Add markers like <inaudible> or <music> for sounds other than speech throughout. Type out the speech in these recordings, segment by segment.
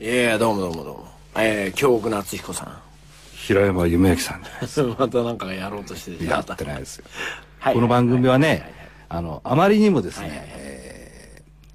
いやいや、どうもどうもどうも。えー、京極夏彦さん。 <laughs> 平山夢明さんじゃないでまたなん <laughs> かやろうとしてすか。やってないですよ。はいこの番組ははいはいねはいはい、あの、あまりにもですはいはいね、えー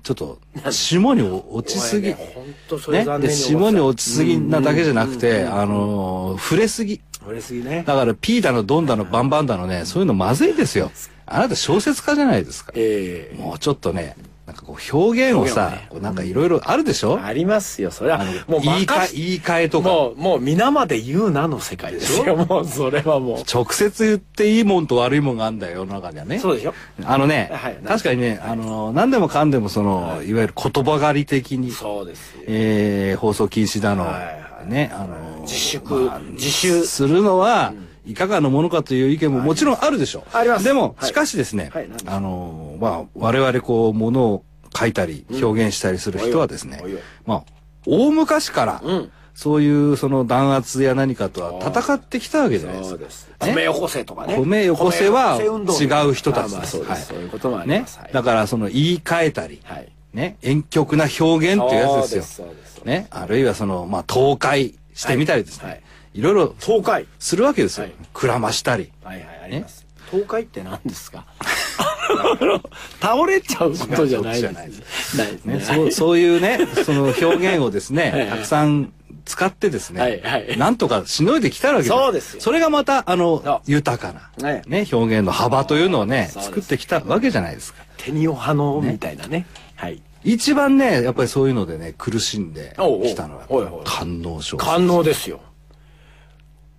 ちょっと、霜に落ちすぎ。おいねほんとそれね残念に思っ。てで、た霜に落ちすぎなだけじゃなくて、あのー、触れすぎ。これすぎね。だから、ピーだの、ドンだの、バンバンだのね、そういうのまずいですよ。あなた小説家じゃないですか。ええもうちょっとね、なんかこう、表現をさ表現をね、こうなんかいろいろあるでしょありますよ、それはあの。もう言い換え任せ言い換えとかもう、もう皆まで言うなの世界ですよ。もう、それはも直接言っていいもんと悪いもんがあるんだよ、世の中には <laughs> う。ね。そうでしょあのね、はい確かにね、あの、何でもかんでもその、い、わゆる言葉狩り的に、そうですよ。えー放送禁止だの、はいはいね、あの、自粛、自習。するのは、いかがなものかという意見ももちろんあるでしょう。ありますでも、はいしかしですね、はい何でしょうあの、まあ、我々こう、ものを書いたり、表現したりする人はですね、おいおいまあ、大昔から、うん。そういうその弾圧や何かとは戦ってきたわけじゃないですそかう。です。ね米よこせとかね。米よこせは米よこせ運動違う人たちまあまであすそうです。そういうこともありねます。はい。だからその言い換えたり、はい。ね、婉曲な表現っていうやつですそよ。うですそうですね、あるいはその、まあ、倒壊してみたりですね。はいいはいろいろ東海。するわけですよ。はいくらましたり。はいはい、あります。倒壊って何ですか <laughs> 倒れちゃうことじゃないです。ないですね。ね、そう、そういうね、その表現をですね、 <laughs> はいたくさん使ってですね、はいはいなんとかしのいできたわけですそうですよそれがまた、あそうの、豊かな、はいね、表現の幅というのをね、そうです作ってきたわけじゃないですか。手におはのみたいなね。はい。一番ね、やっぱりそういうのでね、苦しんでおうおうきたのはおいおい、観音症。感能ですよ。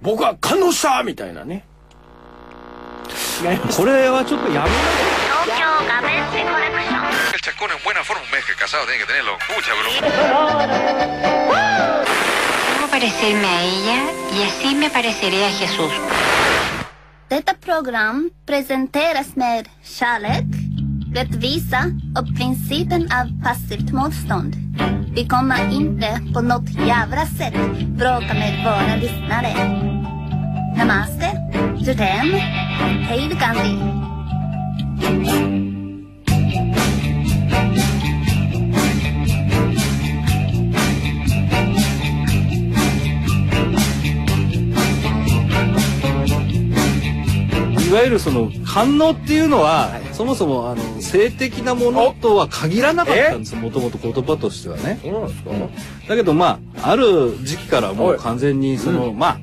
僕は感能したみたいなね。違いましたこれはちょっとやめな東京ガベッジコレクション El chacón en buena forma, un mes que casado tiene que tenerlo. Mucha broma. Debo parecerme a ella y así me pareceré a Jesús. Detta program presenteras med kärlek, rättvisa och principen av passivt motstånd. Vi kommer inte på något jävla sätt bråka med våra lyssnare. Namaste, Jodem, Hej Gandhi. いわゆるその官能っていうのは、そもそもあの性的なものとは限らなかったんですもともと言葉としてはねそうなんですかだけどまあある時期からもはうい完全にその、まあ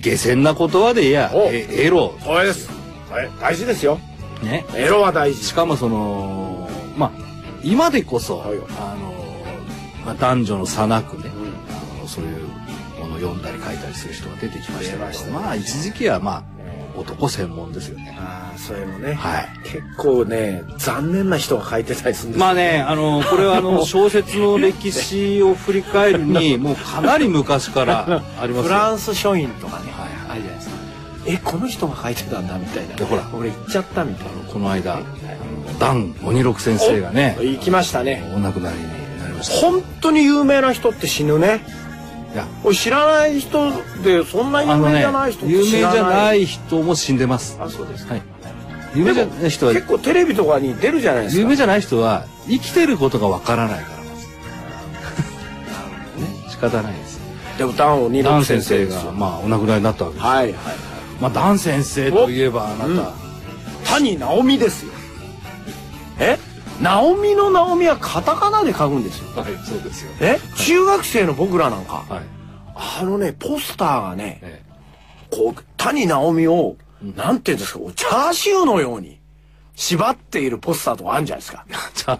下船な言葉で言えやおえエロ、そうです。はい。大事ですよ。ね、エロは大事し。かもそのまあ今でこそ、はいあの、まあ、男女の差なくね、あのそういうものを読んだり書いたりする人が出てきましたけ出どましたねまあ一時期はまあ男専門ですよねああ、それもね。はい結構ね、残念な人が書いてたりするんですよまあね、あの、これはあ <laughs> の、小説の歴史を振り返る <laughs> に、もうかなり昔からありますフよ。ランス書院とかね、はいあはいるじゃないですかえこの人が書いてたんだみたいなでほら俺行っちゃったみたいなこの間、あのダン鬼六先生がね、行きましたねお亡くなりになりまし本当に有名な人って死ぬねた。いや、俺知らない人でそんな有あの名ねじゃない人、って有名知じらゃなないい人も死んでます。あそうですかはい。有名じゃない人は結、構テレビとかに出るじゃないですか有名じゃない人は、生きてることがわからないからです。ね仕方ないです。でもダンを二ダ郎ン先先生生ですが、よまあ、お亡くなりになったわけです。はいはいまあ、ダン先生といえば、あなた、谷直美ですよえ直美の直美はカタカナで書くんですよはい、そうですよ。え中学生の僕らなんか、はい。あのねポスターがね、ええこう谷直美を、なんていうんですかこうチャーシューのように縛っているポスターとかあるんじゃないですか。じゃ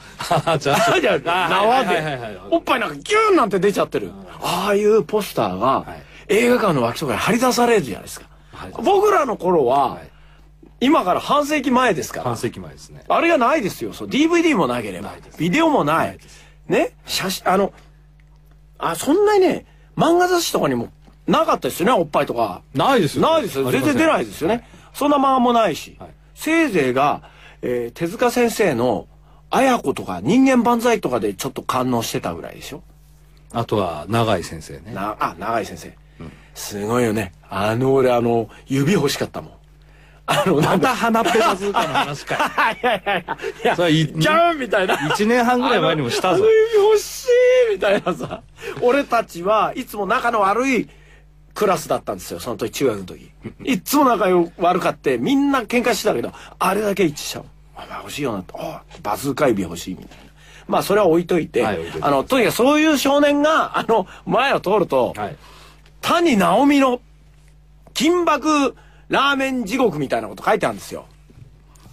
あ、 <laughs> じゃあ、じゃあ縄はいはいはいではいおっぱいなんかギューンなんて出ちゃってるああいうポスターがはい映画館の脇とかに張り出されるじゃないですかはい僕らの頃ははい今から半世紀前ですから半世紀前ですね。あれがないですよそう DVD もなければビデオもないね写真あのあそんなにね漫画雑誌とかにもなかったですよねおっぱいとかないですないですよ全然出ないですよね、そんな漫画もないし、はいせいぜいが、えー手塚先生の「綾子」とか「人間万歳」とかでちょっと感応してたぐらいでしょあとは、永井先生ね。なあ永井先生、すごいよねあの俺あの指欲しかったもんあの、なまん <laughs> か、た鼻ペバズーカの話かよいやいやいや、いや、それはい <laughs> ギャーンみたいな。 <laughs> 一年半ぐらい前にもし <laughs> たぞあの。指欲しいみたいなさ。俺たちはいつも仲の悪いクラスだったんですよ、その時、中学の時。いっつも仲悪かって、みんな喧嘩してたけど、あれだけ一致したの。お前欲しいよなって、あバズーカ指欲しいみたいな。まあ、それは置いといて、はい置いといてあの、とにかくそういう少年が、あの、前を通ると、はい。谷直美の金箔ラーメン地獄みたいなこと書いてあるんですよ。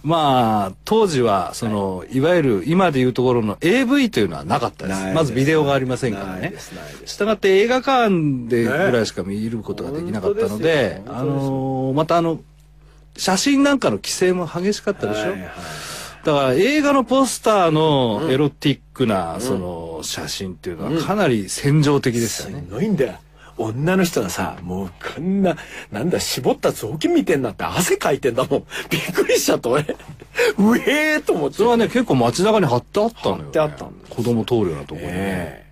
まあ、当時は、その、いわゆる今でいうところの AV というのはなかったで。ないですすまずビデオがありませんからないねですないで。したがって映画館でぐらいしか見ることができなかったのでね、あ本当ですよのー、またあの、写真なんかの規制も激しかったでしょ。だから映画のポスターのエロティックな、その、写真っていうのはかなり戦場的ですよね。すごいんだよ。女の人がさ、もうこんな、なんだ、絞った雑巾見てんなって汗かいてんだもん。びっくりしちゃった、俺。うえーと思って。それはね、結構街中に貼ってあったのよ、ね。貼ってあったんだ子供通るようなところにね。え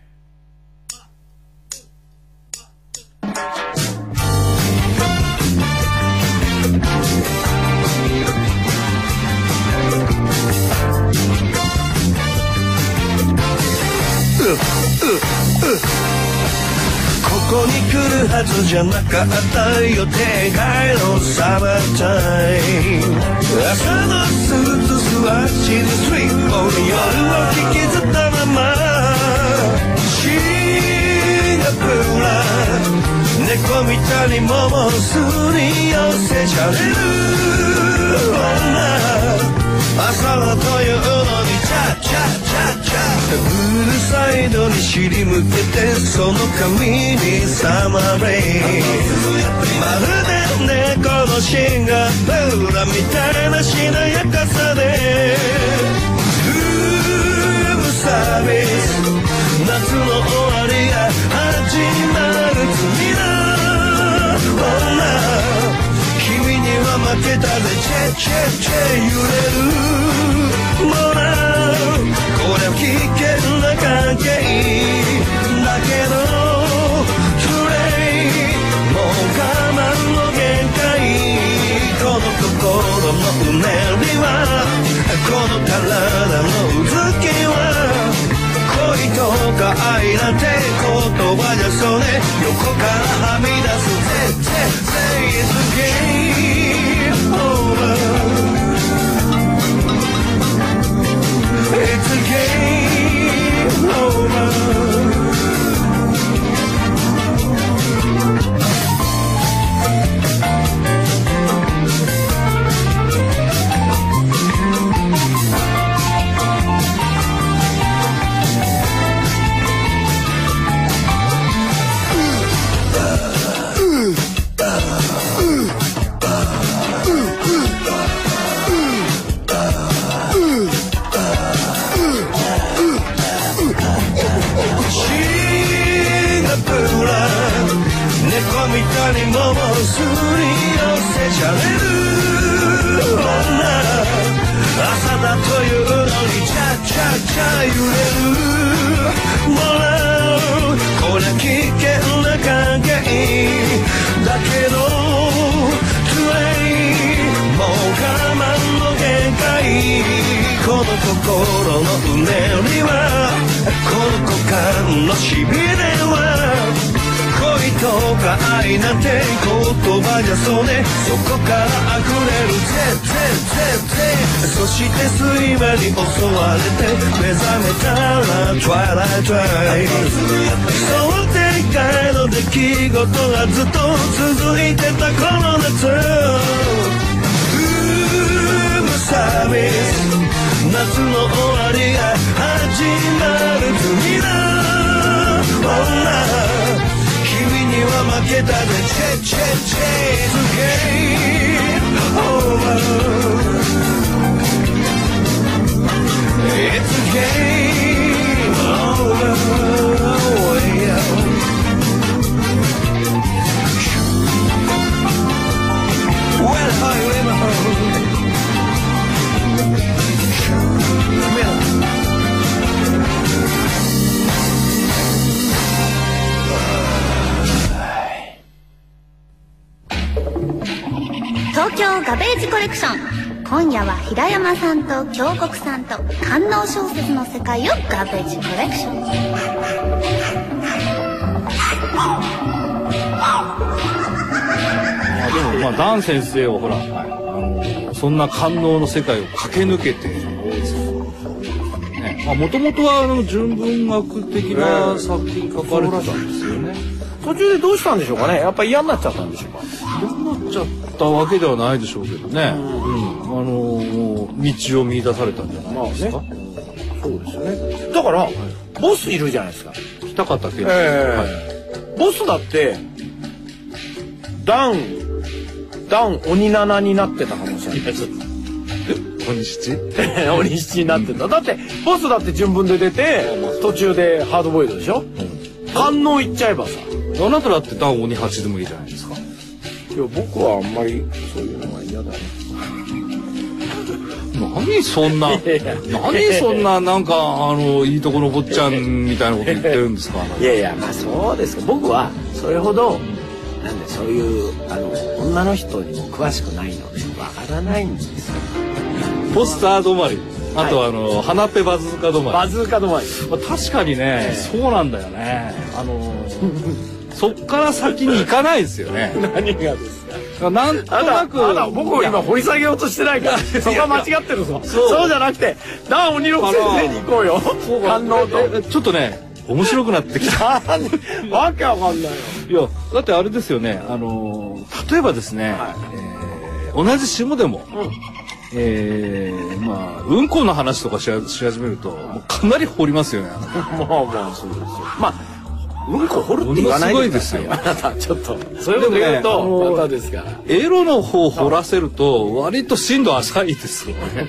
ここに来るはずじゃなかった予定外のサマータイム朝のスーツスワッチでスリッポン夜は引きずったままシンガプーラ猫みたいにももすり寄せちゃれる女朝のというのにチャチャチャチャブルーサイドに尻向けてその髪にサマーレイまるで猫のシンガプーラみたいなしなやかさでルームサービス夏の終わりが始まる罪な女君には負けたぜチェチェチェ揺れるもなこれは危険な関係だけどトゥレイもう我慢の限界この心のうねりはこの体のうずきは恋とか愛なんて言葉じゃそれ横からはみ出すぜぜぜ It's game over It's game over シンガプーラ猫みたいにもうすり寄せちゃれる女朝だというのにチャチャチャ揺れるもらうこりゃ危険な関係だけどトゥレイもう我慢の限界この心のうねりはこの股間のしびれは恋とか愛なんて言葉じゃそれそこから溢れるぜぜぜぜそして睡魔に襲われて目覚めたら Twilight Twilight 想定外の出来事がずっと続いてたこの夏ルームサービス夏の終わりが始まる罪な女君には負けたぜチェチェチェ It's game over It's game over yeah. と東京ガベージコレクション今夜は平山さんと京極さんと官能小説の世界をガベージコレクションまあでもまあダン先生はほら、あのそんな官能の世界を駆け抜けて、ね、まあもともとはあの純文学的な作品書かれてたんですよね。途中でどうしたんでしょうかねやっぱり嫌になっちゃったんでしょうかどうなっちゃったわけではないでしょうけどね、うん、あの道を見出されたんじゃないですか。そうですよねだから、ボスいるじゃないですか北方健二さん、はいええボスだってダンダン鬼七になってたかもしれない小西地鬼七になってただってボスだって順文で出て途中でハードボイルドでしょ反応いっちゃえばさいあなただってダン鬼八でもいいじゃないですか。や僕はあんまりそういうのは嫌だね何そんな、何そんな、なんか、あの、いいとこの坊ちゃんみたいなこと言ってるんですか。いやいやまあそうですけど僕はそれほどなんでそういうあの女の人にも詳しくないのでわからないんですよポスター止まり、あと、あの、花ペバズーカ止まり。バズーカ止まりまあ確かにね、そうなんだよね。あの、 <laughs> そっから先に行かないですよ <laughs> ね。何がですかなんとあななたく。あなた僕を今掘り下げようとしてないからそこは間違ってるぞそそううじゃなくてダン鬼の先生に行こうよ反応 <laughs> とえちょっとね、面白くなってきた。何わけわかんないよ <laughs> いや、だってあれですよね、あのー例えばですね、えー同じ下でも、えーまあ、うんこの話とかしはし始めると、もうかなり掘りますよね。まあまあそうですよまあうんこ掘るって言わないくださあなたちょっとそういうこと言うでもねとあのまたですからエロの方を掘らせると、割と深度浅いですよね。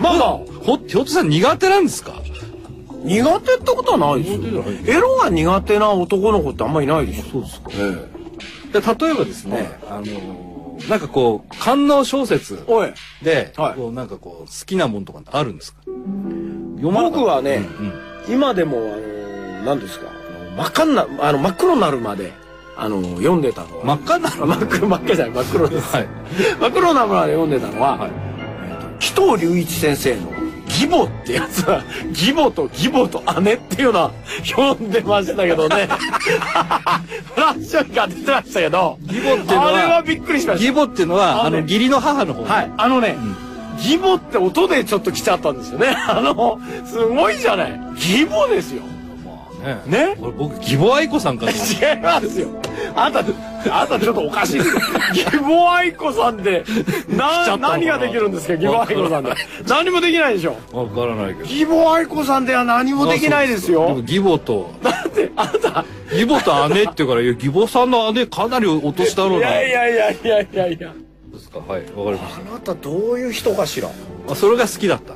まあまあほ、ひょっとしたら苦手なんですか苦手ってことはないですよエロが苦手な男の子ってあんまりいないでしょそうですかで例えばですね、あのーなんかこう、官能小説おいで、はいこうなんかこう、好きなもんとかってあるんですか読まなかった僕はねうん今でもあの何ですかあの真っ赤になあの真っ黒になるまであの読んでたのは真っ赤になるあ真っ黒真っ赤じゃない真っ黒ですはい。真っ黒な村で読んでたのは、はい紀藤隆一先生の「義母」ってやつは <laughs> 「義母」と「義母」と「姉」っていうのは読んでましたけど <laughs> ねフラッシュが出てましたけど義母っていうのはあれはびっくりしました義母っていうのあは、あのねの、義理の母の方。はい、あのね、義母って音でちょっと来ちゃったんですよね。 <laughs> あの、すごいじゃない。義母ですよ。ね。ね俺僕、義母愛子さんかと思っ違いますよ。あなた、あなたちょっとおか <laughs> しいですよ。義母愛子さんで、来ちゃな、ったのかな何ができるんですか、義母愛子さんで。何もできないでしょ。 <laughs> た。わからないけど。義母愛子さんでは何もできないですあ。そよう。ですかでも義母と、だって、あなた、義母と姉っていうから、いや義母さんの姉かなりお年だろういな。やいやいやいやいやいや。そうですか。はい。わかりましあなたどういう人かしら。た。あ、それが好きだった。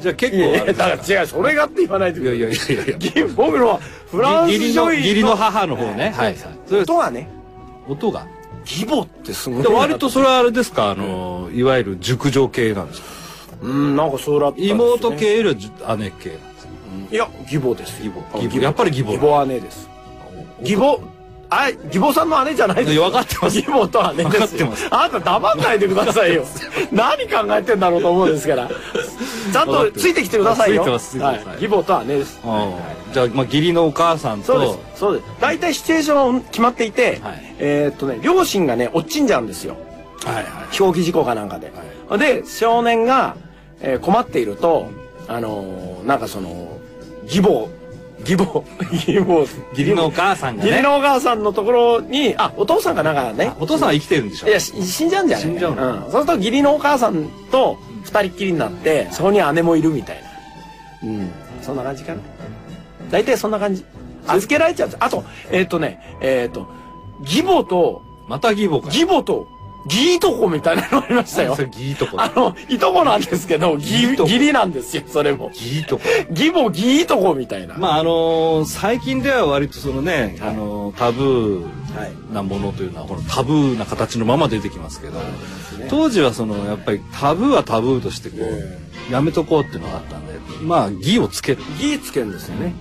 じゃあ結いやい構あや、れだから違う、それがって言わないといやいやいやいや。義母僕のはフラン義ス理の、女義優理の母の方ね。はい。それ音がね、音が。義母ってすごいなでと思って。割とそれはあれですか、あの、いわゆる熟女系なんですか。うん、なんかそうだったんですよね妹系よりはじ姉系なんですか。いや、義母です。義母あ義母やっぱり義母義母姉です。義母、あ、義母さんの姉じゃないです。いや分かってます義母と姉ですよ。分かってますあなた黙んないでください <laughs> よ。何考えてんだろうと思うんですから。ちゃん分かとってるついてきてくださいよ。ついてますついてますはい義母と姉です。うんじゃあ、まあ、義理のお母さんと。そうです。そうです。大体シチュエーション決まっていて、はいえーっとね、両親がね、落ちんじゃうんですよ。はいはい。飛行機事故かなんかで。で、少年が、えー困っていると、あのーなんかその、義母、義母、義母、義理のお母さんが義理ね。のお母さんのところに、あ、お父さんかなんかね。お父さんは生きてるんでしょいや、し死んじゃうんじゃない死んじゃうのん。そうすると義理のお母さんと二人っきりになって、そこに姉もいるみたいな。うん。そんな感じかな。大体そんな感じ。預けられちゃう。あと、えーっ、とね、えーっ、と、義母と、また義母か。義母と義いとこみたいなのありましたよそ。れ義とこあの、いとこなんですけど、義いとこ義理なんですよ、それも。義とこ。義母義いとこみたいな。まああのー最近では割とそのね、あのータはブいーなものというのはこのタブーな形のまま出てきますけど、当時はそのやっぱりタブーはタブーとしてこうやめとこうっていうのがあったんでまあ義をつける義つけんですよね。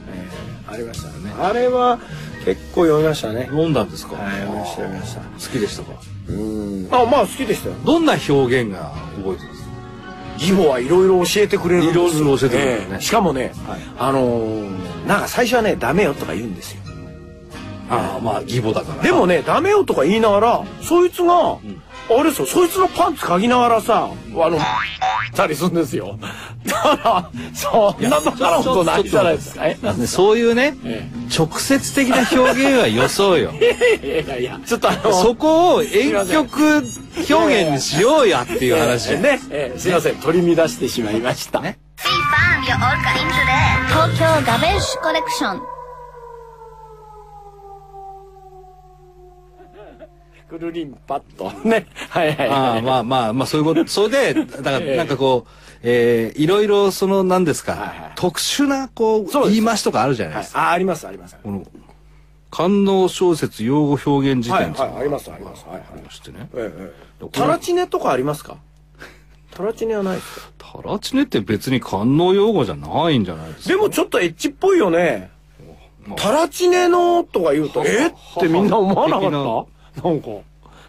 ありましたね。あれは結構読みましたね。飲んだんですか、はい読みました読みました好きでしたかうん。あ、まあ好きでしたよ。どんな表現が覚えてます義母はいろいろ教えてくれるんですよいろいろ教えてくれるねええしかもね、はいあのーなんか最初はねダメよとか言うんですよああまあ義母だからでもねダメよとか言いながらそいつが、あれですよそいつのパンツ嗅ぎながらさあのたりするんですよだからそんなバカなことないじゃないですかえねそういうね、え直接的な表現はよそうよいやいやいやちょっとあのそこを遠曲表現にしようやっていう話ええね、ええすいません取り乱してしまいました、 We found your old kind today. 東京ガベッシュコレクションくるりんぱっとねはいはいあはあいまあまあまあそうい <laughs> うことそれでだからええなんかこう、えーいろいろその何ですか、はいはい特殊なこうそうです言い回しとかあるじゃないはでいすか、あありますありますこの官能小説用語表現辞はい典はいありますありますはいはいありましてねええ、タラチネとかありますかタラチネはないですかタラチネって別に官能用語じゃないんじゃないですかでもちょっとエッチっぽいよねまあタラチネのとか言うとえってみんな思わなかったなんか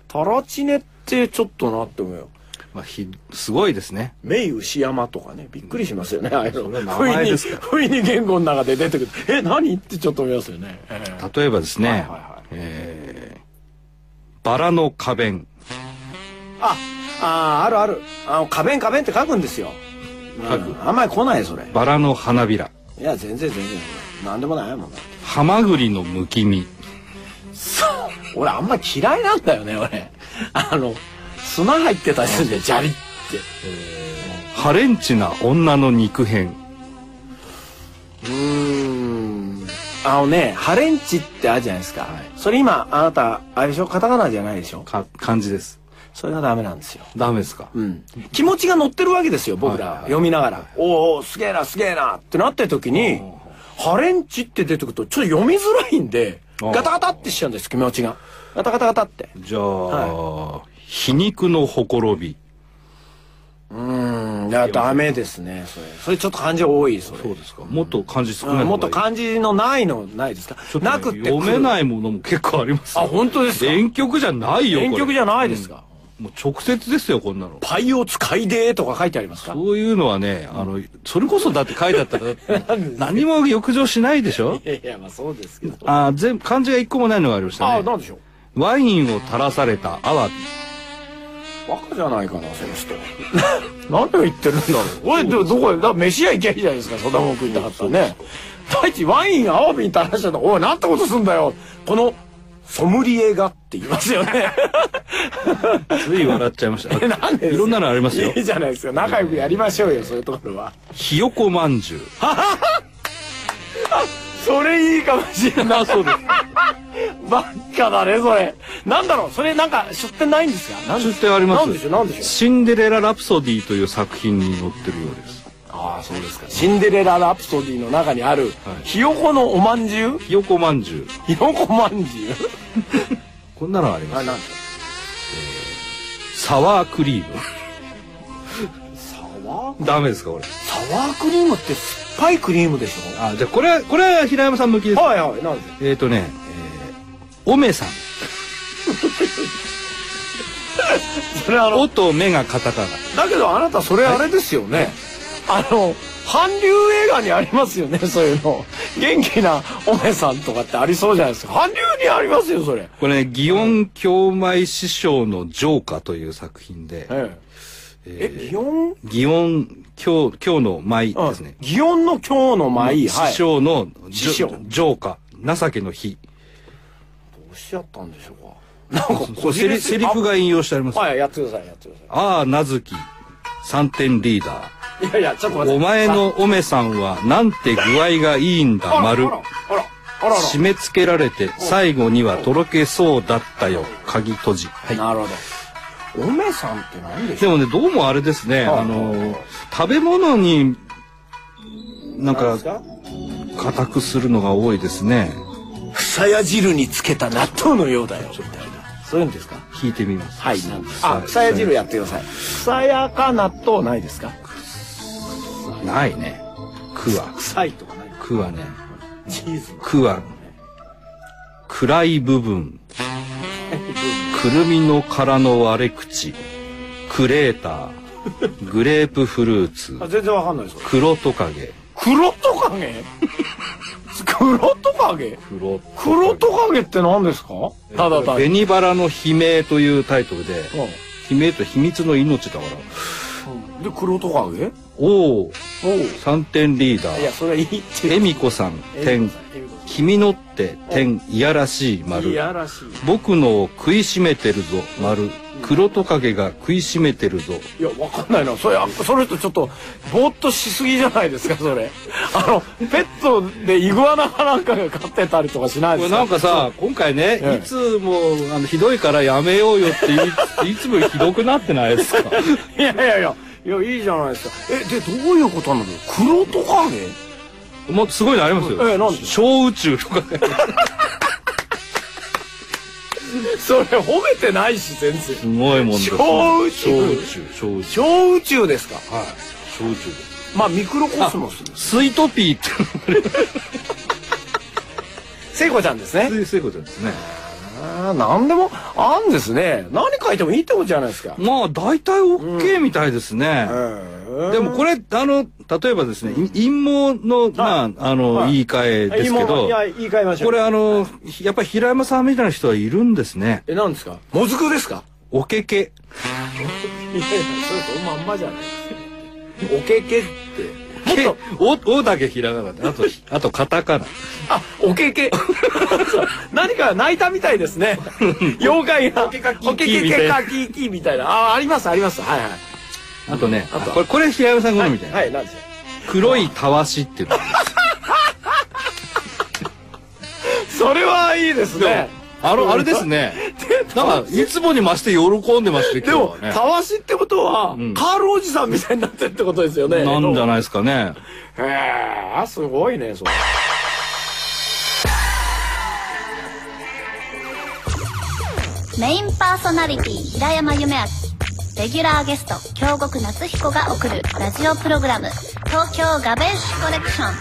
タラチネってちょっとなって思うよまあ、ひすごいですねメイ牛山とかねびっくりしますよねああいうそれの名不意前にですか不意に言語の中で出てくるえ何ってちょっと思いますよね、ええ例えばですね、はいはいはいえーバラの花弁ああーあるあるあの花弁花弁って書くんですよ、うん書くあんまり来ないそれバラの花びらいや全然全然何でもないもんだってハマグリのむき身俺あんま嫌いなんだよね俺あの砂入ってたりするんじゃん砂利ってハレンチな女の肉片うーんあのねハレンチってあるじゃないですか、それ今あなたあれでしょカタカナじゃないでしょか感じですそれがダメなんですよダメですか、うん、気持ちが乗ってるわけですよ僕らはいははい読みながら「おーおーすげえなすげえな」ってなった時に「ハレンチ」って出てくるとちょっと読みづらいんであーガタガタってしちゃうんです気持ちがガタガタガタってじゃあ、皮肉のほころびうーんいやダメですねそれそれちょっと漢字多いそれそうですかもっと感じ少ない方がいい、うんもっと漢字のないのないですかちょっとねなくって読めいないものも結構ありますあ本当ですか遠曲じゃないよこれ遠曲じゃないですか、もう直接ですよこんなのパイを使いでーとか書いてありますかそういうのはね、あの、それこそだって書いてあった <laughs> ら、何も浴場しないでしょ <laughs> いやいやまあそうですけどあー全部漢字が一個もないのがありましたあねなんでしょワインを垂らされたアワビうバカじゃないかなその人 <laughs> 何を言ってるんだろう俺でもどこへだから飯屋行きゃいいじゃないですかそんなもん食いたかったらね第一ワインアワビに垂らしたのおいなんてことすんだよこのソムリエがって言いますよね <laughs> つい笑っちゃいまし <laughs> えなんたでですかいろんなのありますよいいじゃないですか仲良くやりましょうよそういうところはひよこまんじゅうそれいいかもしれない。 <laughs> そう <laughs> です。ばっかだね、それ。なんだろう、それなんか出典ないんですか。なん出典ありますなんでしょう、なんでしょシンデレラ・ラプソディという作品に載ってるようですう。ああ、そうですか。シンデレララプソディの中にある、ひよこのおまんじゅう。ひよこまんじゅうひよこまんじゅう。こんなのありまあ、すなんサワークリーサワー。ム <laughs> ダメですかこれサワークリームって酸っぱいクリームでしあーじゃあこれはこれは平山さん向きでょ。すはいはい、なんで。えっ、ー、とね、えー、おめさんそれあの、おとめがカタカナだけどあなたそれあれですよね。あの、韓流映画にありますよね、そういうの。元気なおめさんとかってありそうじゃないですか。韓流にありますよ、それ。これね、祇園京舞師匠の浄化という作品で、ええ、え、祇園祇園京、京の舞ですね。祇園の今日の舞、はい。師匠のじょ師匠浄化、情けの日。どうしちゃったんでしょうか。なんかこれセリセリフが引用してあります。ああはい、やってください、やってくだあ、なずき、三点リーダさい。いやいや、ちょっと待ー。って。お前のおめさんはなんて具合がいいんだ、丸あ。ら、あら、あら、あ締め付けられて最後にはとろけそうだったよ、鍵閉じ。はいら。なるほど。おめさんって何でしでょうもね、どうもあれですね、はいあの、食べ物に、ななんんかです、か固くするのが多いですね。さや汁につけた納豆のようだよ、みたいな。そういうんですか聞いてみます。はい、なんですあ、さや汁やってください。さやか納豆ないですかないね。くわ。臭いとかないくわね。チーズ。くわ。暗い部分くるみの殻の割れ口クレーターグレープフルーツあ全然わかんないですよ黒トカゲ黒トカゲ黒トカゲ黒トカゲ黒トカゲって何ですかただ単に紅バラの悲鳴というタイトルでう悲鳴と秘密の命だからんで黒トカゲおおおう3点リーダいやーそれいいって恵美子さん点君のって点いやらしい丸いやらしい僕のを食いしめてるぞ丸黒トカゲが食いしめてるぞいやわかんないなそれあその人ちょっとぼーっとしすぎじゃないですかそれあのペットでイグアナかなんかが飼ってたりとかしないでこれすかなんかさ今回えね、えいつもあのひどいからやめようよってい <laughs> いつもひどくなってないですかいやいやいやいやいいじゃないですかえでどういうことなの黒トカゲもうすごいのありますよ、ええなんで小宇宙 <laughs> とかねそれ褒めてないし全然すごいもんです小宇宙小宇宙小宇宙小宇宙ですかはい小宇宙ですまあミクロコスモススイートピーって聖子ちゃんですねそういうことですねあー何でもあんですね何書いてもいいってことじゃないですかまあ大体 OK みたいですね、でもこれあの例えばですねい陰謀の、まああの、はい言い換えですけどいや言い換えましょうこれあのやっぱり平山さんみたいな人はいるんですねえ何ですかもずくですかおけけいやいやそれそのまんまじゃないですかおけけってもっとけおおだけひらがなで <laughs> あとひあとカタカナあおけけ <laughs> そう何か泣いたみたいです <laughs> ね妖怪がおけかきーけけかきーきーみたいなあありますありますはいはいあとねあとはこれこれ平山さん好みたいな、はい何ですか黒いたわしっていうのそれはいいですねあのあれですねなんかいつもに増して喜んでますねで今日もは、ねたわしってことは、んカールおじさんみたいになってるってことですよね。なんじゃないですかねへえ、すごいね、それ。メインパーソナリティ平山夢明レギュラーゲスト京極夏彦が送るラジオプログラム「東京ガベッシュコレクション」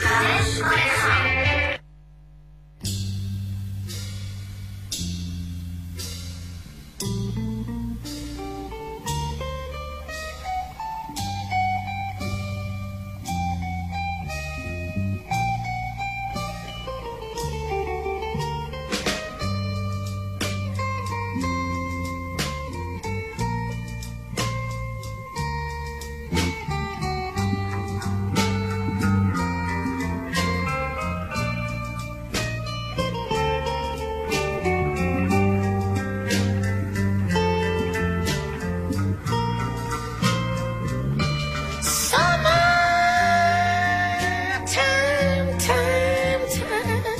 Time, time, time.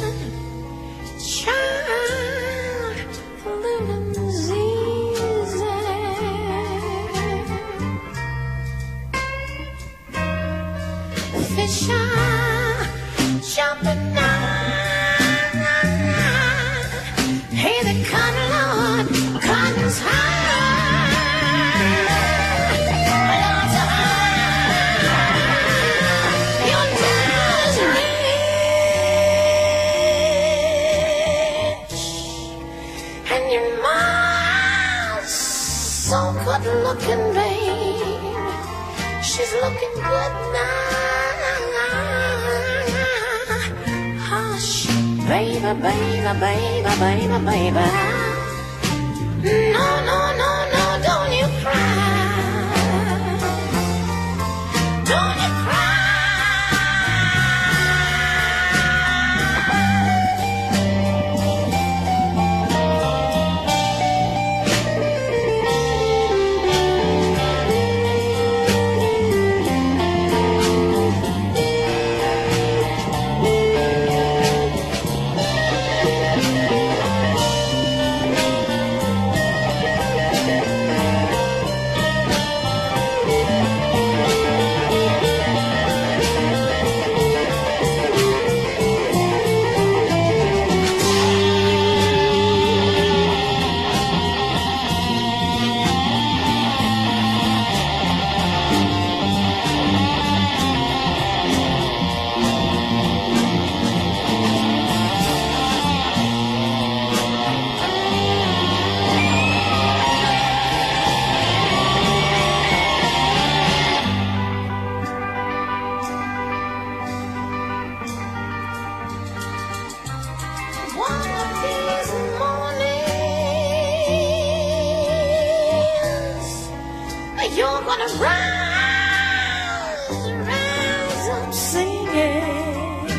Child, living's easy. Fish are jumping now. Hey, the cotton Lord, cotton's high. Lord's high. Your dad's rich. And your mom's so good looking, babe. She's looking good now. Hush, baby, baby, baby, baby, baby. No, no, no, no, don't you cry. Don't you cry. Thank wanna rise, rise up singing.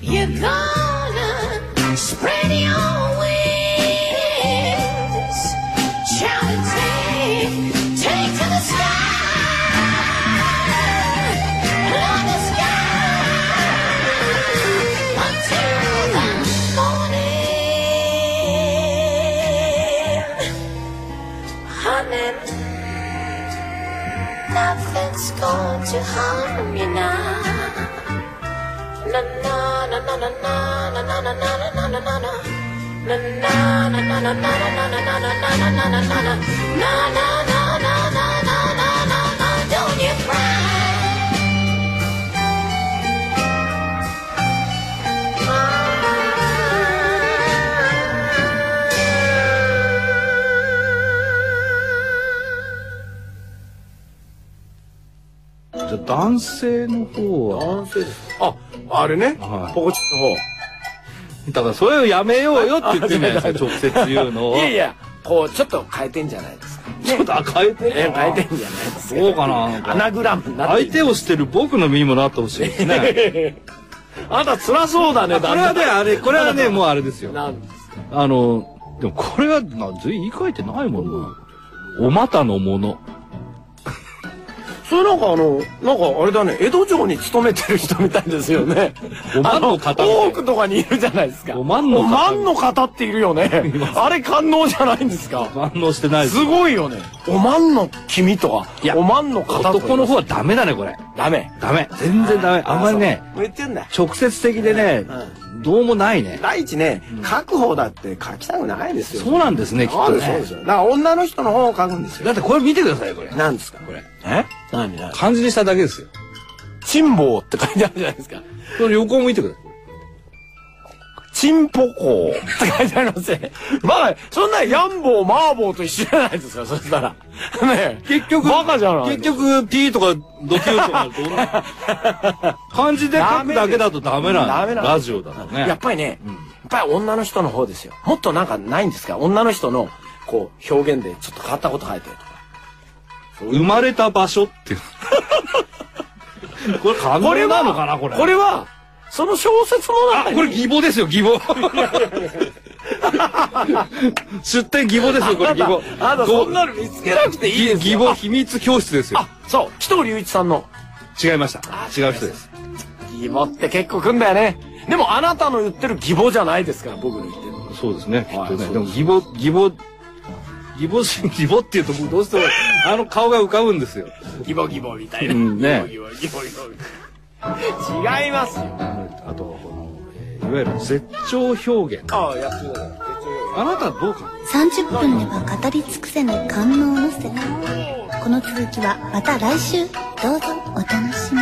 You're gonna spread your wings, shout and take, take to the sky, love the sky until the morning. Honey, nothing's going to harm you now. Na na na na na na na na na na na na na na. Na na na na na na na na na na na na na na na. Na na na na na na na na na. Don't you cry. じゃあ男性の方は。男性ですああれね、はいポコチの方だからそれをやめようよって言ってん <laughs> じゃないですか、直接言うのを。いやいやこうちょっと変えてんじゃないですかちょっとあ変えてえね。変えてんじゃないですかそうかななんかアナグラムになって相る手をしてる僕の身にもなってほしいで <laughs> すね。あんた辛そうだねこれはね、旦あれ、これはね、もうあれですよ那。なんですあの、でもこれは、な随意言い換えてないもんな。お股のもの。それなんかあのなんかあれだね江戸城に勤めてる人みたいですよねおまんのあ方大奥とかにいるじゃないですかおまんのお方まんの方っているよねあれ官能じゃないんですか反応してないですすごいよねおまんの君とかいやおまんの方とか男の方はダメだね、これ。ダメダメ。全然ダメ。あんまりね、そう言ってんだ直接的でね、どうもないね。第一ね書く方だって書きたくないですよそうなんですね、きっとそうですそうねで。すよだから女の人の本を書くんですよだってこれ見てくださいよ、これ。なんですかこれえ何何漢字にしただけですよ。珍宝って書いてあるじゃないですかそれ横を向いてください。チンポコーって書いてありますね。まあ、そんなヤンボー、マーボーと一緒じゃないですか、そしたら。ねえ結局、バカじゃない。結、局、P とか、ドキュとか、どんな <laughs> 漢字で書くだけだとダメなの。ダメなのラジオだとね。やっぱりね、やっぱり女の人の方ですよ。もっとなんかないんですか女の人の、こう、表現でちょっと変わったこと書いてるとか。生まれた場所っていう。これ、可これ能は、なのかな、これ。これは、その小説の中あ、に。これ、義母ですよ、義母。出店義母ですよ、これ、義母。あなたそんなの見つけなくていいです義よ。母秘密教室ですよあ。、そう、紀藤隆一さんの。違いました。違う人です。義母って結構くんだよね。でもあなたの言ってる義母じゃないですから、僕の言ってる。そうですね、きっはいとね。そうでも、義母、義母、義母 <laughs> 心、義母っていうと、どうしても、あの顔が浮かぶんですよ。ギボギボみたいな。うんねギボギボギボギボ。違いますよ。あと、この、えーいわゆる絶頂表現。ああ、やってない。あなたどうか30分では語り尽くせない感能の世界この続きはまた来週どうぞお楽しみに